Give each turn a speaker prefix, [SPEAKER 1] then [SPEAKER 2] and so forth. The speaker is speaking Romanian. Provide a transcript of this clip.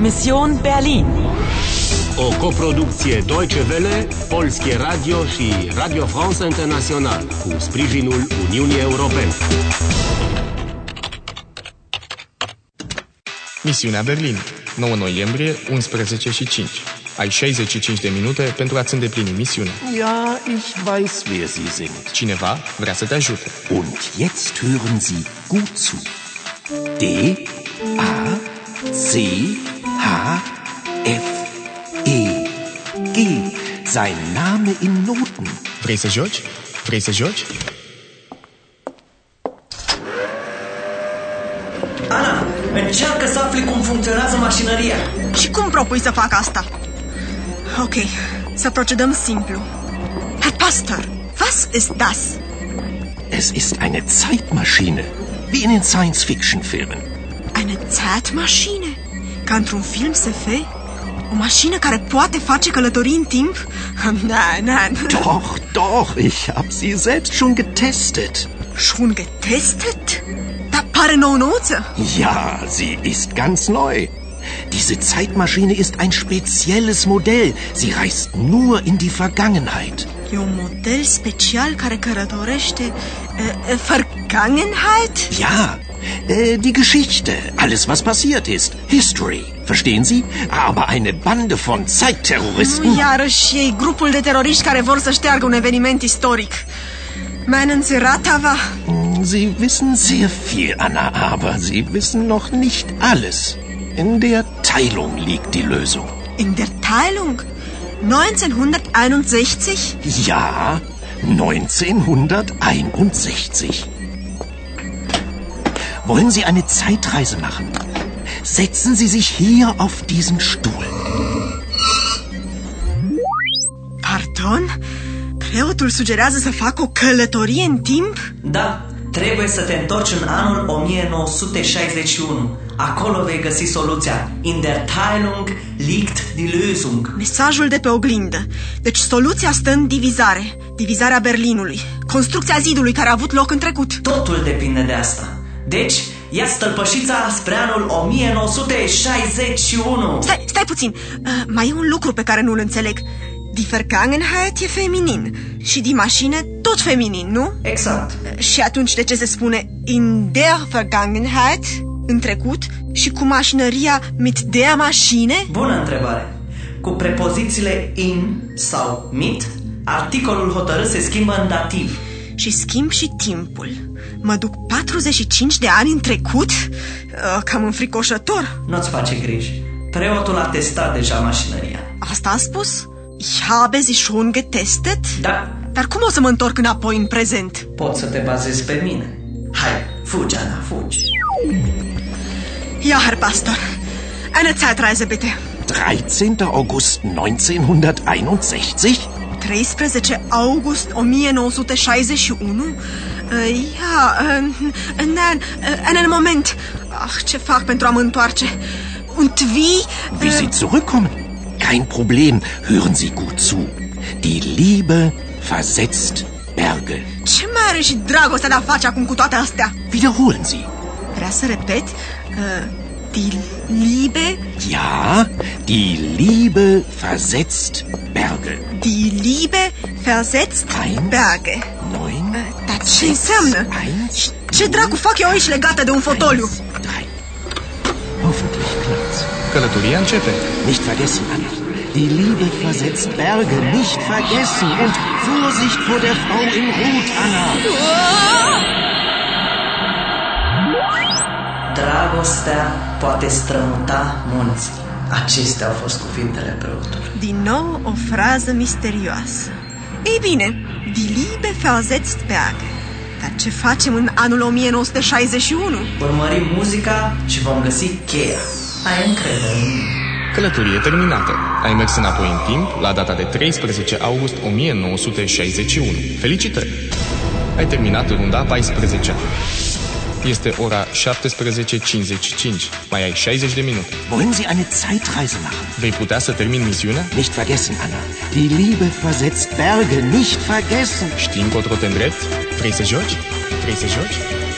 [SPEAKER 1] Mission Berlin.
[SPEAKER 2] O coproducție Deutsche Welle, Polskie Radio și Radio France International cu sprijinul Uniunii Europene.
[SPEAKER 3] Misiunea Berlin, 9 noiembrie, 11 și 5. Ai 65 de minute pentru a-ți îndeplini misiunea.
[SPEAKER 4] Ja, ich weiß, wer Sie sind.
[SPEAKER 3] Cineva vrea să te ajute.
[SPEAKER 4] Und jetzt hören Sie gut zu. D, A, C, H, F, E, G. Sein Name in Noten.
[SPEAKER 3] Vrei să joci? Vrei să joci?
[SPEAKER 5] Ana, încearcă să afli cum funcționează mașinăria.
[SPEAKER 6] Și cum propui să fac asta? Ok, să procedăm simplu. Herr Pastor, was ist das?
[SPEAKER 4] Es ist eine Zeitmaschine. Wie in den Science-Fiction-Filmen.
[SPEAKER 6] Eine Zeitmaschine? Ca într-un film SF? O mașină care poate face călătorii în timp? da, Nein, nein.
[SPEAKER 4] Doch, doch, ich habe sie selbst schon getestet.
[SPEAKER 6] Schon getestet? Dar pare nouă-nouță.
[SPEAKER 4] Ja, sie ist ganz neu. Diese Zeitmaschine ist ein spezielles Modell. Sie reist nur in die Vergangenheit.
[SPEAKER 6] E un model special care călătorește uh, Vergangenheit?
[SPEAKER 4] Ja, äh, die Geschichte, alles was passiert ist, History, verstehen Sie? Aber eine Bande von Zeitterroristen.
[SPEAKER 6] Iarăși ei, grupul de teroriști care vor să șteargă un eveniment istoric. Meinen Sie Ratava?
[SPEAKER 4] Sie wissen sehr viel, Anna, aber Sie wissen noch nicht alles. In der Teilung liegt die Lösung.
[SPEAKER 6] In der Teilung? 1961?
[SPEAKER 4] Ja, 1961. Wollen Sie eine Zeitreise machen? Setzen Sie sich hier auf diesen Stuhl.
[SPEAKER 6] Pardon? Preotul sugerează să fac o călătorie în timp?
[SPEAKER 5] Da, trebuie să te întorci în anul 1961. Acolo vei găsi soluția. In der Teilung liegt die Lösung.
[SPEAKER 6] Mesajul de pe oglindă. Deci soluția stă în divizare. Divizarea Berlinului. Construcția zidului care a avut loc în trecut.
[SPEAKER 5] Totul depinde de asta. Deci, ia stălpășița spre anul 1961.
[SPEAKER 6] Stai, stai puțin. Uh, mai e un lucru pe care nu-l înțeleg. Die Vergangenheit e feminin și din mașină tot feminin, nu?
[SPEAKER 5] Exact.
[SPEAKER 6] Și atunci de ce se spune in der Vergangenheit, în trecut, și cu mașinăria mit der Maschine?
[SPEAKER 5] Bună întrebare! Cu prepozițiile in sau mit, articolul hotărât se schimbă în dativ.
[SPEAKER 6] Și schimb și timpul. Mă duc 45 de ani în trecut? Uh, Cam înfricoșător.
[SPEAKER 5] Nu-ți face griji. Preotul a testat deja mașinăria.
[SPEAKER 6] Asta a spus? Ich habe sie schon getestet?
[SPEAKER 5] Da,
[SPEAKER 6] Dar cum o să mă întorc înapoi în prezent?
[SPEAKER 5] poți să te bazezi pe mine. Hai, fugi, Ana, fugi.
[SPEAKER 6] Ja, Herr Pastor. Eine Zeitreise bitte.
[SPEAKER 4] 13. August 1961?
[SPEAKER 6] 13 August 1961? Uh, ia, uh, nein, uh, einen Moment. Ach, ce fac pentru a mă întoarce? Ă, Und wie?
[SPEAKER 4] Wie
[SPEAKER 6] Äh.
[SPEAKER 4] Sie zurückkommen? Kein Problem, hören Sie gut zu. Die Liebe versetzt Berge.
[SPEAKER 6] Ce mai are și dragostea de a face acum cu toate astea?
[SPEAKER 4] Wiederholen Sie.
[SPEAKER 6] Vrea să repet? Uh, die Liebe,
[SPEAKER 4] Ja, die Liebe versetzt Berge.
[SPEAKER 6] die Liebe versetzt
[SPEAKER 4] Ein.
[SPEAKER 6] Berge.
[SPEAKER 4] Neun,
[SPEAKER 6] Ă, Dar ce înseamnă?
[SPEAKER 4] eins,
[SPEAKER 6] Ce dracu fac eu aici legată de un fotoliu?
[SPEAKER 4] eins, drei. Hoffentlich klappt's.
[SPEAKER 3] Călătoria începe.
[SPEAKER 4] Nicht vergessen, Anna. Die Liebe versetzt Berge. Nicht vergessen. Und Vorsicht vor der Frau in Rot, Anna.
[SPEAKER 5] Dragostea poate strămuta munți. Acestea au fost cuvintele preotului.
[SPEAKER 6] Din nou o frază misterioasă. Ei bine, die Liebe versetzt Berge. Dar ce facem în anul 1961?
[SPEAKER 5] Urmărim muzica și vom găsi cheia. Ai încredere în mine.
[SPEAKER 3] Călătorie terminată. Ai mers înapoi în timp la data de 13 august 1961. Felicitări! Ai terminat runda 14 Este ora 17.55. Mai ai 60 de minute.
[SPEAKER 4] Wollen Sie eine Zeitreise machen?
[SPEAKER 3] Vei putea să termin misiunea?
[SPEAKER 4] Nicht vergessen, Anna. Die Liebe versetzt Berge. Nicht vergessen.
[SPEAKER 3] Știi încotro te îndrept? Vrei să joci? Vrei să joci?